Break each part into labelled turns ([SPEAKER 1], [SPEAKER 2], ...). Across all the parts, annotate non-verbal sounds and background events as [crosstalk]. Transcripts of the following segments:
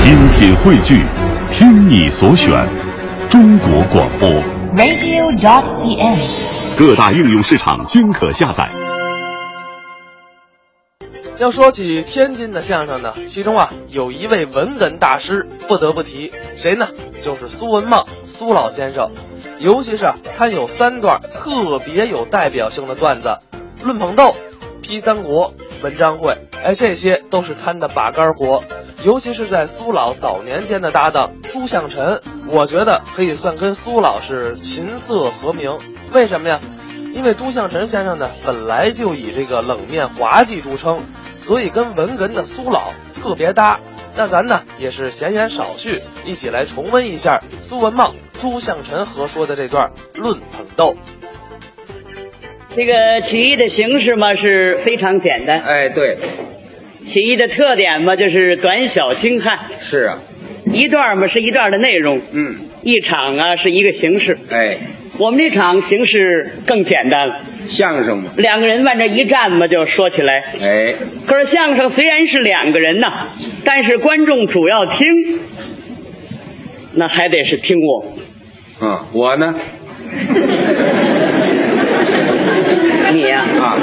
[SPEAKER 1] 精品汇聚，听你所选，中国广播。
[SPEAKER 2] radio.cn。
[SPEAKER 1] 各大应用市场均可下载。
[SPEAKER 3] 要说起天津的相声呢，其中啊有一位文哏大师不得不提，谁呢？就是苏文茂苏老先生。尤其是啊他有三段特别有代表性的段子，论捧逗、批三国、文章会，哎，这些都是摊的把杆活。尤其是在苏老早年间的搭档朱向臣，我觉得可以算跟苏老是琴瑟和鸣。为什么呀？因为朱向臣先生呢，本来就以这个冷面滑稽著称，所以跟文哏的苏老特别搭。那咱呢也是闲言少叙，一起来重温一下苏文茂、朱向臣合说的这段论捧逗。
[SPEAKER 4] 这个起义的形式嘛是非常简单，
[SPEAKER 5] [laughs] 哎，对，
[SPEAKER 4] 起义的特点嘛就是短小精悍，
[SPEAKER 5] 是啊，
[SPEAKER 4] 一段嘛是一段的内容，
[SPEAKER 5] 嗯，
[SPEAKER 4] 一场啊是一个形式。
[SPEAKER 5] 哎，
[SPEAKER 4] 我们这场形式更简单了，
[SPEAKER 5] 相声
[SPEAKER 4] [laughs]
[SPEAKER 5] 嘛，
[SPEAKER 4] 两个人往这一站嘛就说起来。
[SPEAKER 5] 哎，
[SPEAKER 4] 可是相声虽然是两个人呐，但是观众主要听，那还得是听我。
[SPEAKER 5] 嗯，我呢，
[SPEAKER 4] 你呀、
[SPEAKER 5] 啊，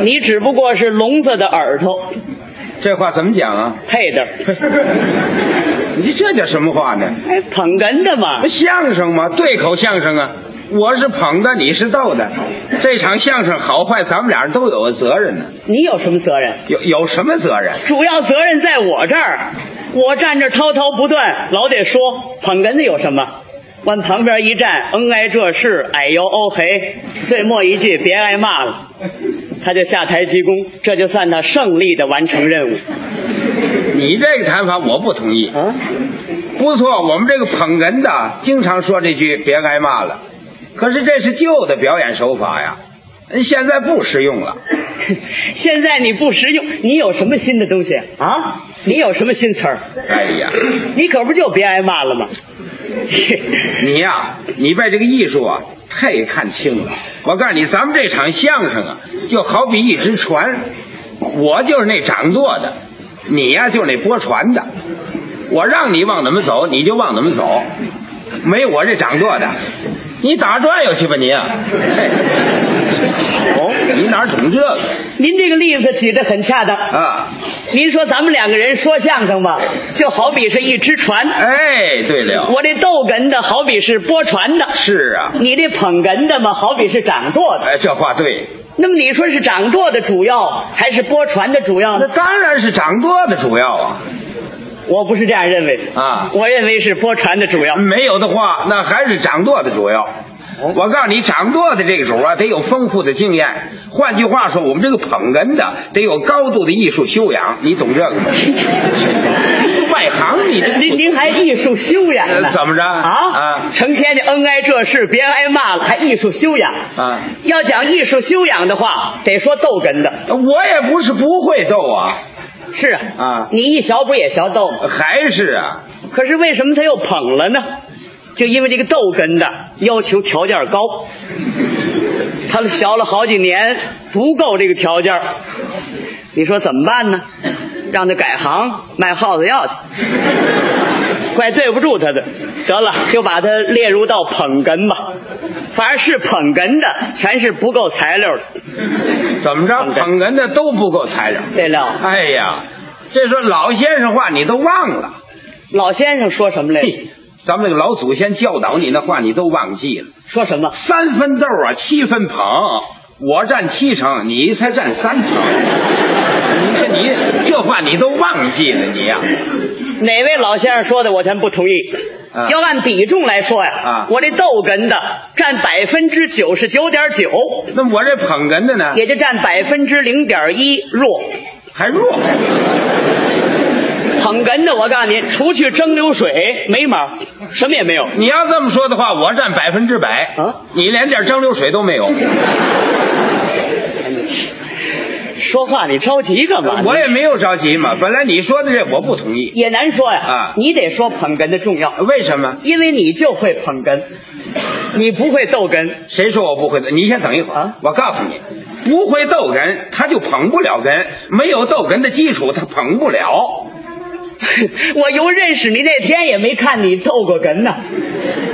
[SPEAKER 4] 你只不过是聋子的耳朵
[SPEAKER 5] 这话怎么讲啊？
[SPEAKER 4] 配的，
[SPEAKER 5] [laughs] 你这叫什么话呢？
[SPEAKER 4] 哎，捧哏的嘛
[SPEAKER 5] 不。相声嘛，对口相声啊，我是捧的，你是逗的，这场相声好坏，咱们俩人都有责任呢。
[SPEAKER 4] 你有什么责任？
[SPEAKER 5] 有有什么责任？
[SPEAKER 4] 主要责任在我这儿，我站这滔滔不断，老得说捧哏的有什么？往旁边一站，恩爱这事，哎呦哦嘿，最末一句别挨骂了，他就下台鞠躬，这就算他胜利的完成任务
[SPEAKER 5] 你这个谈法我不同意。
[SPEAKER 4] 啊！ [laughs]
[SPEAKER 5] 不错，我们这个捧哏的经常说这句“别挨骂了”，可是这是旧的表演手法呀，现在不实用了
[SPEAKER 4] 现在你不实用，你有什么新的东西？
[SPEAKER 5] 啊！
[SPEAKER 4] 你有什么新词儿？
[SPEAKER 5] 哎呀。
[SPEAKER 4] 你可不就别挨骂了吗？ [laughs]
[SPEAKER 5] 你呀、你把这个艺术啊太看清了。我告诉你，咱们这场相声啊，就好比一只船，我就是那掌舵的，你呀、就是那拨船的。我让你往怎么走，你就往怎么走，没我这掌舵的，你打转悠去吧你、啊。嘿哦，你哪懂这个
[SPEAKER 4] 您这个例子举得很恰当。
[SPEAKER 5] 啊？
[SPEAKER 4] 您说咱们两个人说相声吧，就好比是一只船，
[SPEAKER 5] 哎，对了，
[SPEAKER 4] 我这逗哏的好比是拨船的，
[SPEAKER 5] 是啊，
[SPEAKER 4] 你这捧哏的嘛好比是掌舵的。
[SPEAKER 5] 哎，这话对，
[SPEAKER 4] 那么你说是掌舵的主要还是拨船的主要
[SPEAKER 5] 那
[SPEAKER 4] 呢？
[SPEAKER 5] 当然是掌舵的主要啊。
[SPEAKER 4] 我不是这样认为的
[SPEAKER 5] 啊嗯
[SPEAKER 4] 我认为是拨船的主要。
[SPEAKER 5] 没有的话，那还是掌舵的主要。我告诉你，掌舵的这个主啊，得有丰富的经验。换句话说，我们这个捧哏的得有高度的艺术修养，你懂这个吗？ [laughs] 外行你这
[SPEAKER 4] 您您还艺术修养呢？
[SPEAKER 5] 呃怎么着
[SPEAKER 4] 啊？
[SPEAKER 5] 啊
[SPEAKER 4] 成天的恩爱这事，别挨骂了，还艺术修养
[SPEAKER 5] 啊？
[SPEAKER 4] 要讲艺术修养的话，得说逗哏的。
[SPEAKER 5] 我也不是不会逗啊，
[SPEAKER 4] 是啊，
[SPEAKER 5] 啊
[SPEAKER 4] 你一学不也学逗吗？
[SPEAKER 5] 还是啊，
[SPEAKER 4] 可是为什么他又捧了呢？就因为这个逗哏的要求条件高，他学了好几年不够这个条件，你说怎么办呢？让他改行卖耗子药去，怪对不住他的。得了，就把他列入到捧哏吧。凡是捧哏的，全是不够材料的。
[SPEAKER 5] 怎么着？捧哏的都不够材料。
[SPEAKER 4] 对了，
[SPEAKER 5] 哎呀，这说老先生话你都忘了，
[SPEAKER 4] 老先生说什么来着？
[SPEAKER 5] 嘿，咱们这个老祖先教导你那话你都忘记了。
[SPEAKER 4] 说什么？
[SPEAKER 5] 三分豆啊，七分捧，我占七成，你才占三成。你这你这话你都忘记了你呀、
[SPEAKER 4] 哪位老先生说的，我全不同意。
[SPEAKER 5] 啊
[SPEAKER 4] 要按比重来说呀，
[SPEAKER 5] 啊
[SPEAKER 4] 我这逗哏的占百分之九十九点九，
[SPEAKER 5] 那我这捧哏的呢
[SPEAKER 4] 也就占百分之零点一弱。
[SPEAKER 5] 还弱，
[SPEAKER 4] 捧哏的，我告诉您，除去蒸馏水，没毛，什么也没有。
[SPEAKER 5] 你要这么说的话，我占百分之百
[SPEAKER 4] 啊，
[SPEAKER 5] 你连点蒸馏水都没有，
[SPEAKER 4] 说话你着急干嘛？
[SPEAKER 5] 我也没有着急嘛。本来你说的这我不同意，
[SPEAKER 4] 也难说呀。
[SPEAKER 5] 啊
[SPEAKER 4] 你得说捧哏的重要，
[SPEAKER 5] 为什么？
[SPEAKER 4] 因为你就会捧哏，你不会逗哏。 [laughs]
[SPEAKER 5] 谁说我不会的？你先等一会儿，
[SPEAKER 4] 啊
[SPEAKER 5] 我告诉你，不会逗哏，他就捧不了哏，没有逗哏的基础，他捧不了。
[SPEAKER 4] 我由认识你那天也没看你逗过哏呢，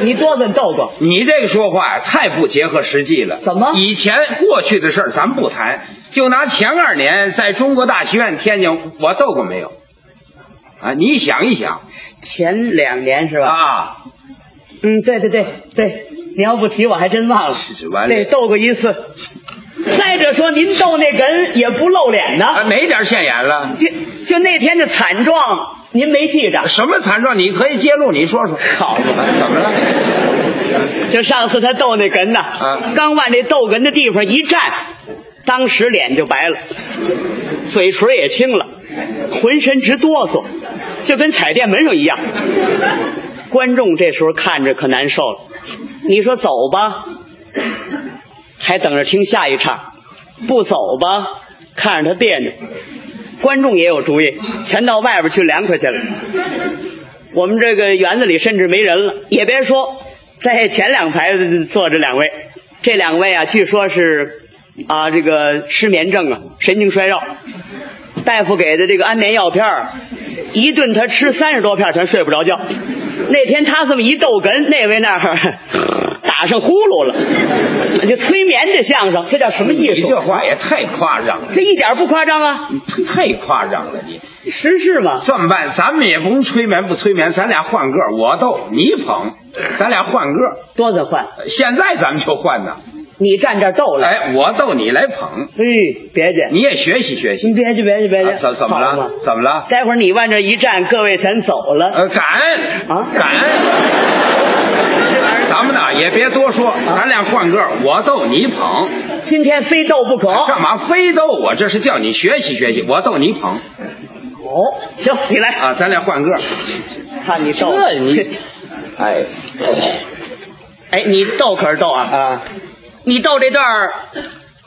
[SPEAKER 4] 你多哏逗过。
[SPEAKER 5] 你这个说话太不结合实际了。
[SPEAKER 4] 怎么
[SPEAKER 5] 以前过去的事儿咱不谈，就拿前二年在中国大学院天津，我斗过没有？啊，你想一想
[SPEAKER 4] 前两年是吧？
[SPEAKER 5] 啊，
[SPEAKER 4] 嗯，对对对对，您要不提我还真忘了。
[SPEAKER 5] 是完了
[SPEAKER 4] 对，斗过一次。再者说，您逗那哏也不露脸
[SPEAKER 5] 啊
[SPEAKER 4] 呢，
[SPEAKER 5] 哪点现眼了？
[SPEAKER 4] 就就那天的惨状，您没记着？
[SPEAKER 5] 什么惨状？你可以揭露，你说说。
[SPEAKER 4] 好
[SPEAKER 5] 吧，怎么了？
[SPEAKER 4] 就上次他逗那哏
[SPEAKER 5] 啊
[SPEAKER 4] 呐，刚往这逗哏的地方一站，当时脸就白了，嘴唇也青了，浑身直哆嗦，就跟踩电门上一样。观众这时候看着可难受了，你说走吧， [laughs] 还等着听下一场；不走吧，看着他别扭。观众也有主意，全到外边去凉快去了。我们这个园子里甚至没人了，也别说在前两排坐着两位，这两位啊，据说是啊这个失眠症啊，神经衰弱，大夫给的这个安眠药片儿一顿他吃三十多片儿全睡不着觉。那天他这么一逗哏，那位那儿 [laughs] 打上呼噜了，就催眠的相声，这叫什么艺
[SPEAKER 5] 你
[SPEAKER 4] 术？
[SPEAKER 5] 这话也太夸张了，
[SPEAKER 4] 这一点儿不夸张啊，
[SPEAKER 5] 太夸张了你。
[SPEAKER 4] 实事嘛。
[SPEAKER 5] 这么办，咱们也不用催眠不催眠，咱俩换个，我逗你捧，咱俩换个。
[SPEAKER 4] 多得换，
[SPEAKER 5] 现在咱们就换呢，
[SPEAKER 4] 你站这儿逗了。
[SPEAKER 5] 哎，我逗你来捧，
[SPEAKER 4] 哎，别介，
[SPEAKER 5] 你也学习学习。
[SPEAKER 4] 您别介，别介，别
[SPEAKER 5] 啊
[SPEAKER 4] 介，
[SPEAKER 5] 怎怎么
[SPEAKER 4] 好
[SPEAKER 5] 了
[SPEAKER 4] 嘛？
[SPEAKER 5] 怎么了？
[SPEAKER 4] 待会儿你往这一站，各位全走了。
[SPEAKER 5] 呃，感恩
[SPEAKER 4] 啊
[SPEAKER 5] 感 [laughs] 恩。咱们呢也别多说，咱俩换个，我逗你捧，
[SPEAKER 4] 今天非斗不可。
[SPEAKER 5] 干嘛非逗我？这是叫你学习学习，我逗你捧
[SPEAKER 4] 哦，行，你来，
[SPEAKER 5] 啊，咱俩换个。
[SPEAKER 4] 看你斗。
[SPEAKER 5] 这你， [laughs] 哎
[SPEAKER 4] 哎，你斗可是斗啊！
[SPEAKER 5] 啊，
[SPEAKER 4] 你斗这段儿，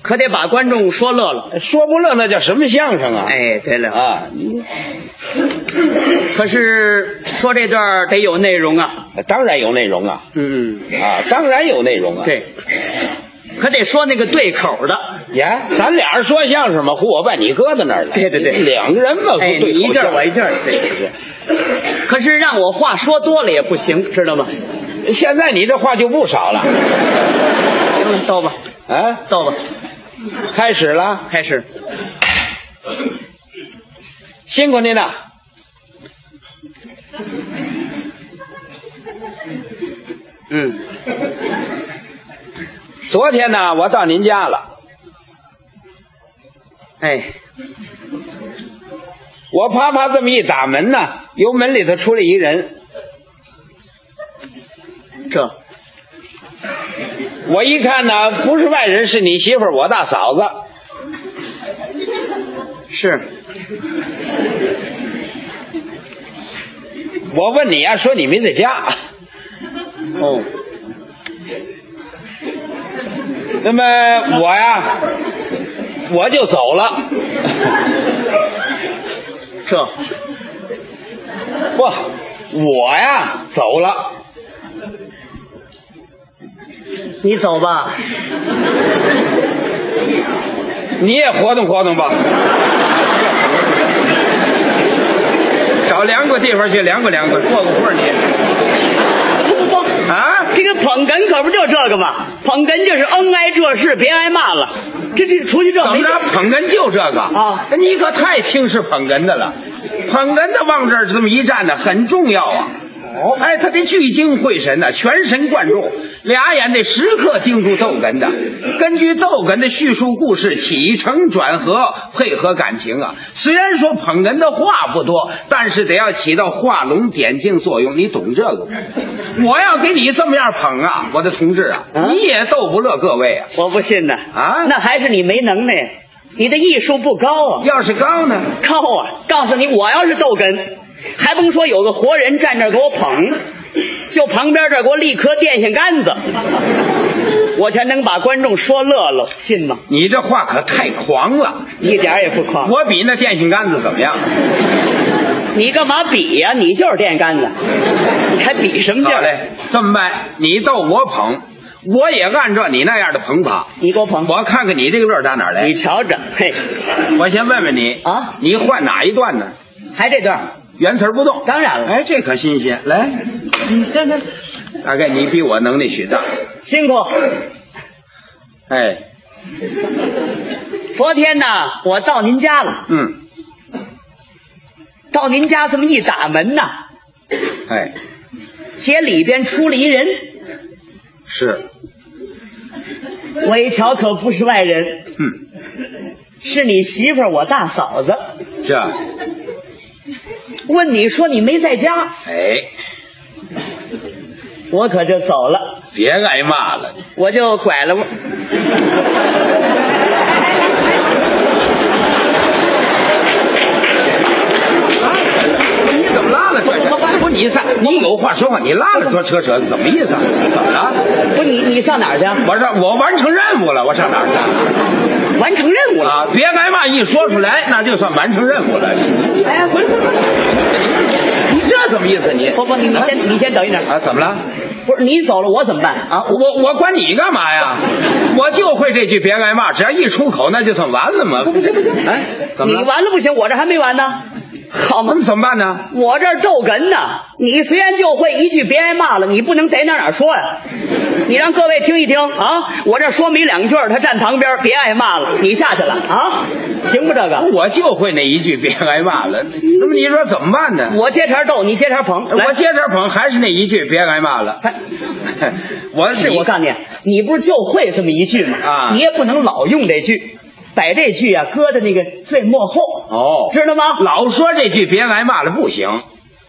[SPEAKER 4] 可得把观众说乐了。
[SPEAKER 5] 说不乐那叫什么相声啊？
[SPEAKER 4] 哎，对了，
[SPEAKER 5] 啊，
[SPEAKER 4] 可是说这段儿得有内容啊。
[SPEAKER 5] 哎当然有内容啊
[SPEAKER 4] 嗯，
[SPEAKER 5] 啊，当然有内容啊。
[SPEAKER 4] 对，可得说那个对口的。
[SPEAKER 5] 呀，咱俩人说相声嘛，胡我把你搁在那儿了。
[SPEAKER 4] 对对对
[SPEAKER 5] 两个人嘛，不
[SPEAKER 4] 哎，
[SPEAKER 5] 对
[SPEAKER 4] 你一
[SPEAKER 5] 口
[SPEAKER 4] 阵
[SPEAKER 5] 相
[SPEAKER 4] 儿我一阵儿，
[SPEAKER 5] 是是
[SPEAKER 4] 对。可是让我话说多了也不行，知道吗？
[SPEAKER 5] 现在你这话就不少了
[SPEAKER 4] 行了，斗吧，
[SPEAKER 5] 啊！
[SPEAKER 4] 斗吧，
[SPEAKER 5] 开始了，
[SPEAKER 4] 开始。
[SPEAKER 5] 辛苦您了。
[SPEAKER 4] 嗯，
[SPEAKER 5] 昨天呢，我到您家了，
[SPEAKER 4] 哎，
[SPEAKER 5] 我啪啪这么一打门呢，由门里头出来一人，
[SPEAKER 4] 这
[SPEAKER 5] 我一看呢，不是外人，是你媳妇儿，我大嫂子。
[SPEAKER 4] 是
[SPEAKER 5] 我问你啊，说你没在家，
[SPEAKER 4] 哦，
[SPEAKER 5] 那么我呀，我就走了。
[SPEAKER 4] 这
[SPEAKER 5] 不，我呀走了。
[SPEAKER 4] 你走吧，
[SPEAKER 5] 你也活动活动吧，找凉快地方去凉快凉快，过个会儿你
[SPEAKER 4] 不不不，
[SPEAKER 5] 啊。
[SPEAKER 4] 这个捧哏可不就这个吗？捧哏就是恩挨这事，别挨骂了。这这出去
[SPEAKER 5] [laughs]
[SPEAKER 4] 这
[SPEAKER 5] 怎
[SPEAKER 4] 没
[SPEAKER 5] 么着，捧哏就这个
[SPEAKER 4] 啊
[SPEAKER 5] 你可太轻视捧哏的了，捧哏的往这儿这么一站呢，很重要啊。哦，哎，他得聚精会神呐、全神贯注，俩眼得时刻盯住逗哏的，根据逗哏的叙述故事起承转合，配合感情啊。虽然说捧哏的话不多，但是得要起到画龙点睛作用，你懂这个吗？我要给你这么样捧啊，我的同志啊，
[SPEAKER 4] 啊
[SPEAKER 5] 你也逗不乐各位啊。
[SPEAKER 4] 我不信呐
[SPEAKER 5] 啊
[SPEAKER 4] 那还是你没能耐，你的艺术不高啊，
[SPEAKER 5] 要是高呢？
[SPEAKER 4] 高啊！告诉你，我要是逗哏，还甭说有个活人站这儿给我捧，就旁边这儿给我立颗电线杆子，我全能把观众说乐了，信吗？
[SPEAKER 5] 你这话可太狂了！
[SPEAKER 4] 一点儿也不夸。
[SPEAKER 5] 我比那电线杆子怎么样？
[SPEAKER 4] 你干嘛比呀、你就是电杆子，你还比什么劲
[SPEAKER 5] 好
[SPEAKER 4] 儿？
[SPEAKER 5] 嘞，这么办，你逗我捧，我也按照你那样的捧法。
[SPEAKER 4] 你给我捧，
[SPEAKER 5] 我看看你这个乐打哪儿来
[SPEAKER 4] 你。瞧着，嘿，
[SPEAKER 5] 我先问问你
[SPEAKER 4] 啊
[SPEAKER 5] 你换哪一段呢？
[SPEAKER 4] 还这段儿，
[SPEAKER 5] 原词儿不动。
[SPEAKER 4] 当然了
[SPEAKER 5] 哎，这可新鲜。来，
[SPEAKER 4] 你看看，
[SPEAKER 5] 大概你比我能力许大。
[SPEAKER 4] 辛苦。
[SPEAKER 5] 哎，
[SPEAKER 4] 昨天呢，我到您家了，
[SPEAKER 5] 嗯，
[SPEAKER 4] 到您家这么一打门呐，
[SPEAKER 5] 哎，
[SPEAKER 4] 街里边出了一人，
[SPEAKER 5] 是，
[SPEAKER 4] 我一瞧可不是外人，
[SPEAKER 5] 嗯，
[SPEAKER 4] 是你媳妇儿，我大嫂子。
[SPEAKER 5] 这，哎
[SPEAKER 4] 问你说你没在家，
[SPEAKER 5] 哎，
[SPEAKER 4] 我可就走了，
[SPEAKER 5] 别挨骂了。
[SPEAKER 4] 我就拐了弯。
[SPEAKER 5] 你怎么拉了车
[SPEAKER 4] 我我
[SPEAKER 5] 不，你咋你有话说话，你拉了拖车扯什么意思啊？怎么了？
[SPEAKER 4] 不，你你上哪儿去？啊
[SPEAKER 5] 我说我完成任务了，我上哪儿去？
[SPEAKER 4] 完成任务了。
[SPEAKER 5] 啊，别挨骂，一说出来那就算完成任务了。
[SPEAKER 4] 哎，不是不是不是，
[SPEAKER 5] 你这怎么意思？你
[SPEAKER 4] 不不，你你先你先等一等。
[SPEAKER 5] 啊？怎么了？
[SPEAKER 4] 不是你走了，我怎么办？
[SPEAKER 5] 啊，我我管你干嘛呀？我就会这句别挨骂，只要一出口那就算完了嘛。不行不行，哎，怎么
[SPEAKER 4] 你
[SPEAKER 5] 了？
[SPEAKER 4] 完了不行，我这还没完呢。好嘛
[SPEAKER 5] 那，怎么办呢？
[SPEAKER 4] 我这儿逗哏呢。你虽然就会一句别挨骂了，你不能在哪儿哪儿说呀、你让各位听一听啊，我这说明两句儿，他站旁边，别挨骂了，你下去了啊，行不这个？
[SPEAKER 5] 我就会那一句别挨骂了。那么你说怎么办呢？
[SPEAKER 4] 我接茬儿逗，你接茬儿捧，来
[SPEAKER 5] 我接着捧，还是那一句别挨骂了。 [laughs] 我
[SPEAKER 4] 是我告诉你，你不是就会这么一句吗？
[SPEAKER 5] 啊
[SPEAKER 4] 你也不能老用这句，把这句啊搁在那个最幕后，
[SPEAKER 5] 哦
[SPEAKER 4] 知道吗？
[SPEAKER 5] 老说这句别挨骂了不
[SPEAKER 4] [laughs]
[SPEAKER 5] 行。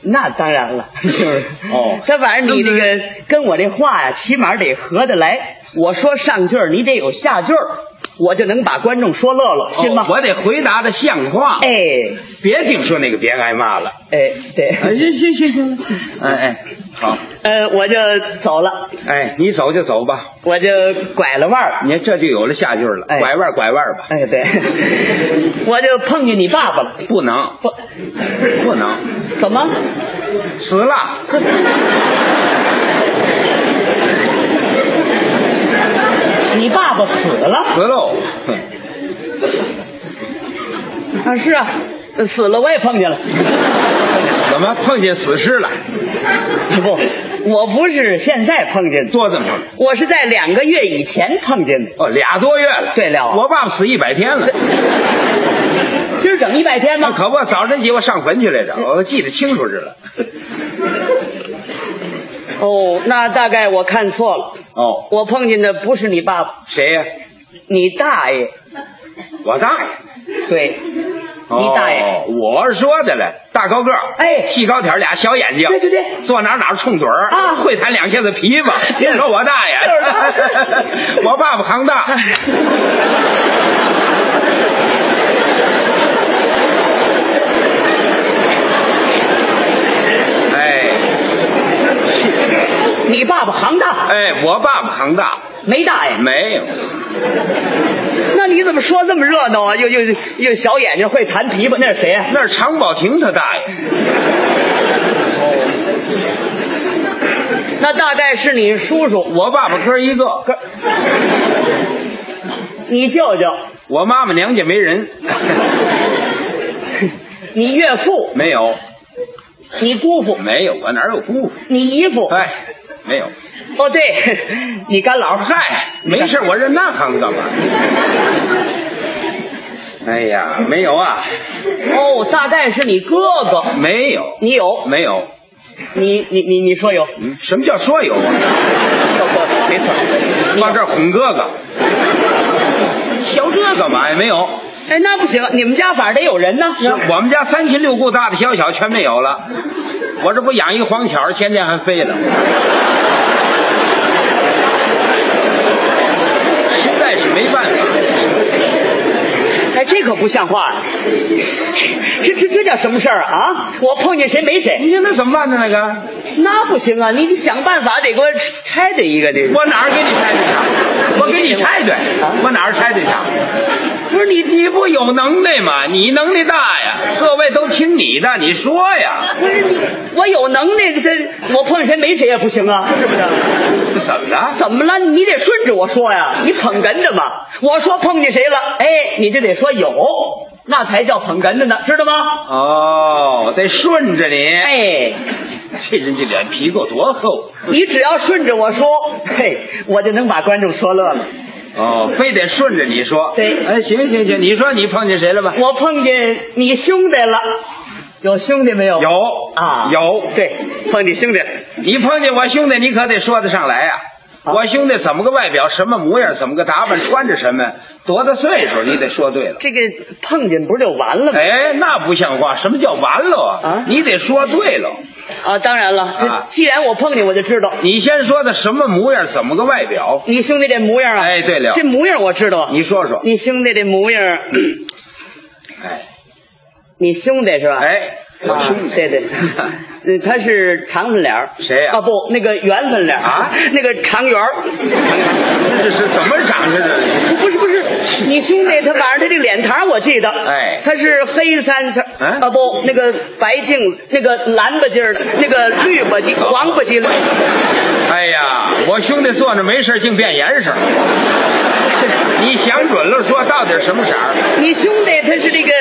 [SPEAKER 4] 那当然了， [laughs]
[SPEAKER 5] 哦
[SPEAKER 4] 这玩意儿你这个跟我这话呀、起码得合得来。我说上句儿，你得有下句儿，我就能把观众说乐了，信吗？
[SPEAKER 5] 哦我得回答的像话。
[SPEAKER 4] 哎
[SPEAKER 5] 别净说那个别挨骂了。
[SPEAKER 4] 哎，对，
[SPEAKER 5] 哎，行行行行，哎哎，好，
[SPEAKER 4] [laughs] 呃，我就走了，
[SPEAKER 5] 哎，你走就走吧。
[SPEAKER 4] 我就拐了弯儿 [laughs] 了。
[SPEAKER 5] 你看这就有了下句了，
[SPEAKER 4] 哎
[SPEAKER 5] 拐弯儿拐弯儿吧，
[SPEAKER 4] 哎，对， [laughs] 我就碰见你爸爸了。
[SPEAKER 5] 不能
[SPEAKER 4] 不，
[SPEAKER 5] 不能
[SPEAKER 4] 怎么？
[SPEAKER 5] 死了，
[SPEAKER 4] 你爸爸死了？
[SPEAKER 5] 死喽，
[SPEAKER 4] 啊，是啊，死了我也碰见了。
[SPEAKER 5] 怎么碰见死尸了？
[SPEAKER 4] 不，我不是现在碰见的，
[SPEAKER 5] 多怎么？
[SPEAKER 4] 我是在两个月以前碰见的。
[SPEAKER 5] 哦，俩多月了。
[SPEAKER 4] 对了
[SPEAKER 5] 我爸爸死一百天了，
[SPEAKER 4] 今儿整一百天
[SPEAKER 5] 那
[SPEAKER 4] 吗？
[SPEAKER 5] 可不，早晨起我上坟去来着，我记得清楚着了。
[SPEAKER 4] 哦，那大概我看错了，
[SPEAKER 5] 哦，
[SPEAKER 4] 我碰见的不是你爸爸，
[SPEAKER 5] 谁呀？
[SPEAKER 4] 你大爷。
[SPEAKER 5] 我大爷。
[SPEAKER 4] 对，
[SPEAKER 5] 哦
[SPEAKER 4] 你大爷。
[SPEAKER 5] 我说的了，大高个儿，
[SPEAKER 4] 哎
[SPEAKER 5] 细高挑儿，俩小眼睛，
[SPEAKER 4] 对对对
[SPEAKER 5] 坐哪儿哪儿冲嘴儿
[SPEAKER 4] 啊
[SPEAKER 5] 会弹两下子琵
[SPEAKER 4] [laughs]
[SPEAKER 5] 琶。您说我大爷，
[SPEAKER 4] 就是
[SPEAKER 5] [laughs] 我爸爸行
[SPEAKER 4] [laughs]
[SPEAKER 5] 大，哎
[SPEAKER 4] 你爸爸行大，
[SPEAKER 5] 哎，我爸爸行大，
[SPEAKER 4] 没大爷。
[SPEAKER 5] 没有，
[SPEAKER 4] 那你怎么说这么热闹啊？又又又小眼睛会弹琵琶，那是谁啊呀、
[SPEAKER 5] 那是常宝霆他大爷，
[SPEAKER 4] 那大概是你叔叔，
[SPEAKER 5] 我爸爸哥一个，
[SPEAKER 4] 你舅舅，
[SPEAKER 5] 我妈妈娘家没人， [laughs]
[SPEAKER 4] 你岳父，
[SPEAKER 5] 没有，
[SPEAKER 4] 你姑父，
[SPEAKER 5] 没有，我哪有姑父？
[SPEAKER 4] 你姨父。
[SPEAKER 5] 哎，没有，
[SPEAKER 4] 哦，对， [laughs] 你干老儿。
[SPEAKER 5] 嗨，没事，我认那行干嘛？哎呀，没有啊，
[SPEAKER 4] 哦，大概是你哥哥，
[SPEAKER 5] 没有，
[SPEAKER 4] 你有，
[SPEAKER 5] 没有，
[SPEAKER 4] 你你你你说有，
[SPEAKER 5] 嗯什么叫说有啊？
[SPEAKER 4] 没错，你
[SPEAKER 5] 往这儿哄哥哥，小这干嘛呀？没有，
[SPEAKER 4] 哎，那不行，你们家反正得有人呢。
[SPEAKER 5] 我们家三亲六故大大小小全没有了。我这不养一黄巧儿，现在还飞了。 [laughs] 实在是没办法，
[SPEAKER 4] 哎，这可不像话呀、这这这叫什么事儿啊？啊，我碰见谁没谁，
[SPEAKER 5] 你看那怎么办呢？那个，
[SPEAKER 4] 那不行啊！你得想办法得给我拆的一个这个。
[SPEAKER 5] 我哪儿给你拆对去？我给你拆对，
[SPEAKER 4] 啊
[SPEAKER 5] 我哪儿拆对去？不是你，你不有能耐吗？你能力大呀，各位都听你的，你说呀，
[SPEAKER 4] 不是你，我有能耐，这我碰见谁没谁也不行啊，是不是？
[SPEAKER 5] 怎么了？
[SPEAKER 4] 怎么了？你得顺着我说呀，你捧哏的嘛。我说碰见谁了，哎，你就得说有。那才叫捧哏的呢，知道吗？
[SPEAKER 5] 哦，得顺着你。，
[SPEAKER 4] 哎，
[SPEAKER 5] 这人这脸皮够多厚啊
[SPEAKER 4] 你只要顺着我说，嘿，我就能把观众说乐了。
[SPEAKER 5] 哦，非得顺着你说。
[SPEAKER 4] 对
[SPEAKER 5] 哎，行行行，你说你碰见谁了吧？
[SPEAKER 4] 我碰见你兄弟了，有兄弟没有？
[SPEAKER 5] 有
[SPEAKER 4] 啊，
[SPEAKER 5] 有。
[SPEAKER 4] 对，碰见兄弟了，
[SPEAKER 5] 你碰见我兄弟，你可得说得上来呀、
[SPEAKER 4] 啊
[SPEAKER 5] 我兄弟怎么个外表，什么模样，怎么个打扮，穿着什么，多大岁数，你得说对了。
[SPEAKER 4] 这个碰见不是就完了吗？
[SPEAKER 5] [laughs] 哎，那不像话！什么叫完了
[SPEAKER 4] 啊
[SPEAKER 5] 你得说对了。
[SPEAKER 4] 啊，当然了，这
[SPEAKER 5] 啊
[SPEAKER 4] 既然我碰见，我就知道
[SPEAKER 5] 你先说的什么模样，怎么个外表？
[SPEAKER 4] 你兄弟这模样啊。
[SPEAKER 5] 哎，对了，
[SPEAKER 4] 这模样我知道。
[SPEAKER 5] 你嗯说说。
[SPEAKER 4] 你兄弟这模样，
[SPEAKER 5] 哎
[SPEAKER 4] 你兄弟是吧？
[SPEAKER 5] 哎，我
[SPEAKER 4] 啊
[SPEAKER 5] 兄弟，
[SPEAKER 4] 对对，嗯，他是长粉脸儿
[SPEAKER 5] 谁呀
[SPEAKER 4] 啊不，那个圆粉脸儿
[SPEAKER 5] 啊
[SPEAKER 4] [laughs] 那个长圆儿
[SPEAKER 5] [laughs] 这是怎么长着的？
[SPEAKER 4] 不不是不是，你兄弟他晚上他这个脸膛我记得，
[SPEAKER 5] 哎
[SPEAKER 4] 他是黑三色，
[SPEAKER 5] 嗯
[SPEAKER 4] 啊不，那个白净，那个蓝吧唧儿的，那个绿吧唧，
[SPEAKER 5] 哦
[SPEAKER 4] 黄吧唧的，
[SPEAKER 5] 哎呀，我兄弟坐着没事，净变颜色。你想准了，说到底什么色儿？
[SPEAKER 4] 你兄弟他是这个，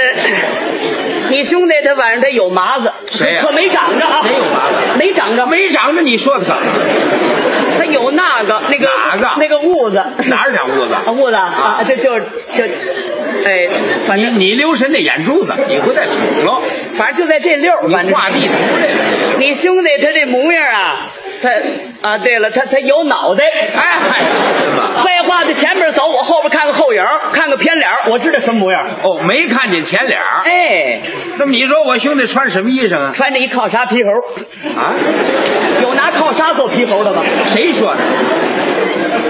[SPEAKER 4] 你兄弟他晚上他有麻子，
[SPEAKER 5] 谁呀
[SPEAKER 4] 可没长着啊，
[SPEAKER 5] 谁有麻子
[SPEAKER 4] 没长着，
[SPEAKER 5] 没长着，你说的干嘛？
[SPEAKER 4] 他有那个那个
[SPEAKER 5] 哪个
[SPEAKER 4] 那个痦子，
[SPEAKER 5] 哪儿长痦
[SPEAKER 4] 啊
[SPEAKER 5] 子？
[SPEAKER 4] 痦子啊，就就就，哎，反正
[SPEAKER 5] 你留神那眼珠子，你回再杵了，
[SPEAKER 4] 反正就在这溜儿，反
[SPEAKER 5] 你
[SPEAKER 4] 正
[SPEAKER 5] 画地图来了。
[SPEAKER 4] 你兄弟他这模样啊，他啊，对了，他他有脑袋。
[SPEAKER 5] 哎嗨，
[SPEAKER 4] 废话，他前面走，我后边看个后影儿，看个偏脸儿，我知道什么模样。
[SPEAKER 5] 哦，没看见前脸儿。
[SPEAKER 4] 哎，
[SPEAKER 5] 那么你说我兄弟穿什么衣裳啊？
[SPEAKER 4] 穿着一靠纱皮猴，
[SPEAKER 5] 啊？
[SPEAKER 4] 有拿靠纱做皮猴的吗？
[SPEAKER 5] 谁说的？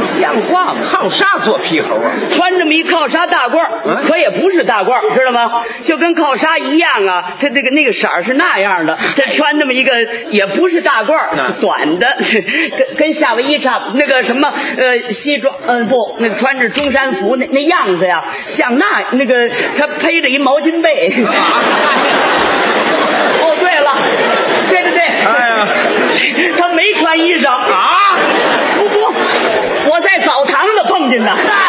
[SPEAKER 4] 像话吗？
[SPEAKER 5] 靠啥做皮猴啊？
[SPEAKER 4] 穿这么一靠纱大褂儿，
[SPEAKER 5] 嗯
[SPEAKER 4] 可也不是大褂儿，知道吗？就跟靠纱一样啊，它那个那个色儿是那样的。他穿那么一个也不是大褂儿，
[SPEAKER 5] 嗯
[SPEAKER 4] 短的， [laughs] 跟跟夏威夷差不那个什么呃西装，嗯、不，那穿着中山服那那样子呀，像那那个他披着一毛巾
[SPEAKER 5] [laughs]
[SPEAKER 4] 被。哦，对了，对对对，
[SPEAKER 5] 哎呀，
[SPEAKER 4] 他没穿衣裳啊，不不，我在澡堂子碰见的。
[SPEAKER 5] 哎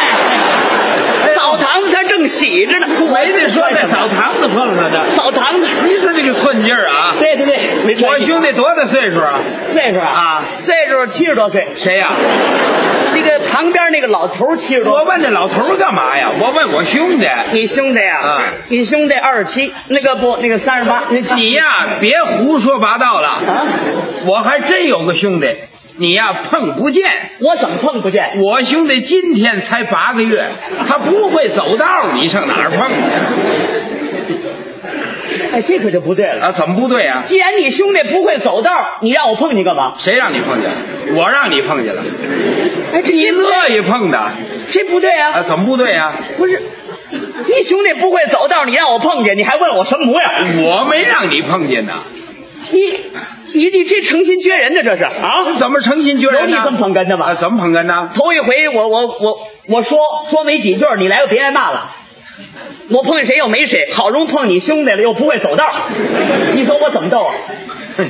[SPEAKER 4] 澡堂子他正洗着呢，
[SPEAKER 5] 没得说，
[SPEAKER 4] 哎
[SPEAKER 5] 在澡堂子碰上的。
[SPEAKER 4] 澡堂子。
[SPEAKER 5] 你说这个寸劲儿啊！
[SPEAKER 4] 对对对，没穿
[SPEAKER 5] 我
[SPEAKER 4] 衣服
[SPEAKER 5] 兄弟多大岁数啊？
[SPEAKER 4] 岁数
[SPEAKER 5] 啊，
[SPEAKER 4] 岁数七十多岁，
[SPEAKER 5] 谁呀、
[SPEAKER 4] 那个旁边那个老头七十
[SPEAKER 5] 我
[SPEAKER 4] 多。
[SPEAKER 5] 问这老头儿干嘛呀？我问我兄弟。
[SPEAKER 4] 你兄弟呀、
[SPEAKER 5] 啊
[SPEAKER 4] 你兄弟二十七，那个不，那个三十八，
[SPEAKER 5] 你呀、别胡说八道了。
[SPEAKER 4] 啊，
[SPEAKER 5] 我还真有个兄弟，你呀、碰不见。
[SPEAKER 4] 我怎么碰不见？
[SPEAKER 5] 我兄弟今天才八个月，他不会走道，你上哪儿碰
[SPEAKER 4] 哎，这可就不对
[SPEAKER 5] 去
[SPEAKER 4] 了。
[SPEAKER 5] 啊？怎么不对啊？
[SPEAKER 4] 既然你兄弟不会走道儿，你让我碰你干嘛？
[SPEAKER 5] 谁让你碰见？我让你碰见了，
[SPEAKER 4] 哎，这
[SPEAKER 5] 你
[SPEAKER 4] 这不对
[SPEAKER 5] 乐意碰的
[SPEAKER 4] 这不对
[SPEAKER 5] 啊？
[SPEAKER 4] 啊！
[SPEAKER 5] 怎么不对啊？
[SPEAKER 4] 不是，你兄弟不会走道儿，你让我碰见，你还问我什么模样？
[SPEAKER 5] 我没让你碰见呢，
[SPEAKER 4] 你你你这诚心撅人呢，这是啊？
[SPEAKER 5] 怎么诚心撅人呢？
[SPEAKER 4] 有你这么捧哏的吗
[SPEAKER 5] 啊，怎么捧哏呢？
[SPEAKER 4] 头一回我我我我说说没几句儿，你来个别挨骂了。我碰见谁又没谁，好容易碰你兄弟了，又不会走道儿，你说我怎么逗
[SPEAKER 5] [laughs]
[SPEAKER 4] 啊？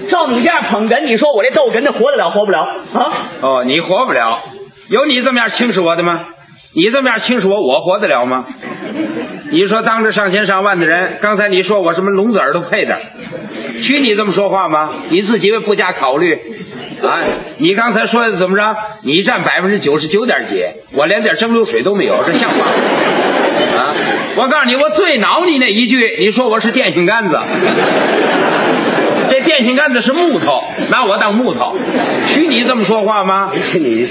[SPEAKER 4] 照你这样捧哏，你说我这逗哏的活得了活不了啊？
[SPEAKER 5] 哦，你活不了，有你这么样轻视我的吗？你这么样轻视我，我活得了吗？你说当着上千上万的人，刚才你说我什么聋子耳朵配的，许你这么说话吗？你自己不加考虑啊？你刚才说的怎么着？你占百分之九十九点几，我连点蒸馏水都没有，这像话吗？啊！我告诉你，我最恼你那一句，你说我是电线杆子。这电线杆子是木头，拿我当木头，许你这么说话吗？
[SPEAKER 4] 哎你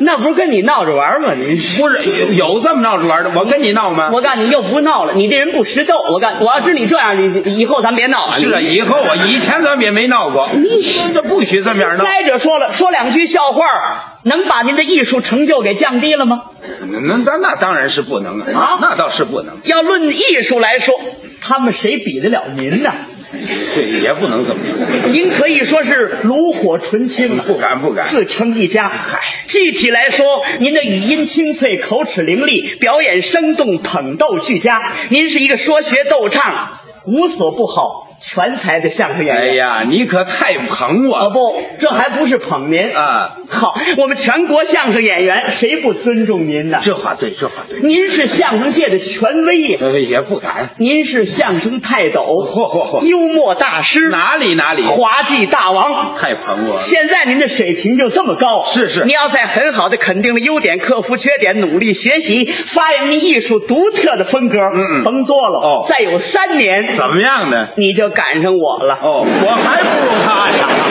[SPEAKER 4] 那不是跟你闹着玩儿吗？你
[SPEAKER 5] 不是有有这么闹着玩的，我跟你闹吗？
[SPEAKER 4] 我告诉你，又不闹了，你这人不识逗。我告诉我要知你这样，你你以后咱别闹了。
[SPEAKER 5] 是啊，以后我以前咱们也没闹过，这不许这么样闹，
[SPEAKER 4] 再者说了，说两句笑话儿，能把您的艺术成就给降低了吗？
[SPEAKER 5] 那那那当然是不能
[SPEAKER 4] 啊
[SPEAKER 5] 啊，那倒是不能，
[SPEAKER 4] 要论艺术来说，他们谁比得了您呢？
[SPEAKER 5] 对，也不能这么说，
[SPEAKER 4] 您可以说是炉火纯青了，
[SPEAKER 5] 不敢不敢
[SPEAKER 4] 自成一家。嗨，具体来说，您的语音清脆，口齿伶俐，表演生动，捧逗俱佳。您是一个说学逗唱无所不好、全才的相声演
[SPEAKER 5] 哎
[SPEAKER 4] 员。
[SPEAKER 5] 呀，你可太捧我
[SPEAKER 4] 啊
[SPEAKER 5] 了
[SPEAKER 4] 不，这还不是捧您！
[SPEAKER 5] 啊！
[SPEAKER 4] 好，我们全国相声演员谁不尊重您呢？
[SPEAKER 5] 这话对，这话对，
[SPEAKER 4] 您是相声界的权威呀，
[SPEAKER 5] 呃，也不敢。
[SPEAKER 4] 您是相声泰斗，
[SPEAKER 5] 嚯嚯嚯
[SPEAKER 4] 幽默大师，
[SPEAKER 5] 哪里哪里，
[SPEAKER 4] 滑稽大王。
[SPEAKER 5] 太捧我了。
[SPEAKER 4] 现在您的水平就这么高，
[SPEAKER 5] 是是
[SPEAKER 4] 您要在很好的肯定了优点，克服缺点，努力学习，发扬艺术独特的风格，
[SPEAKER 5] 嗯嗯
[SPEAKER 4] 甭多了。
[SPEAKER 5] 哦
[SPEAKER 4] 再有三年，
[SPEAKER 5] 怎么样呢？
[SPEAKER 4] 你就赶上我了。
[SPEAKER 5] 哦，我还不如他呀。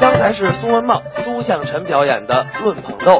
[SPEAKER 3] 刚才是苏文茂、朱向臣表演的《论捧逗》。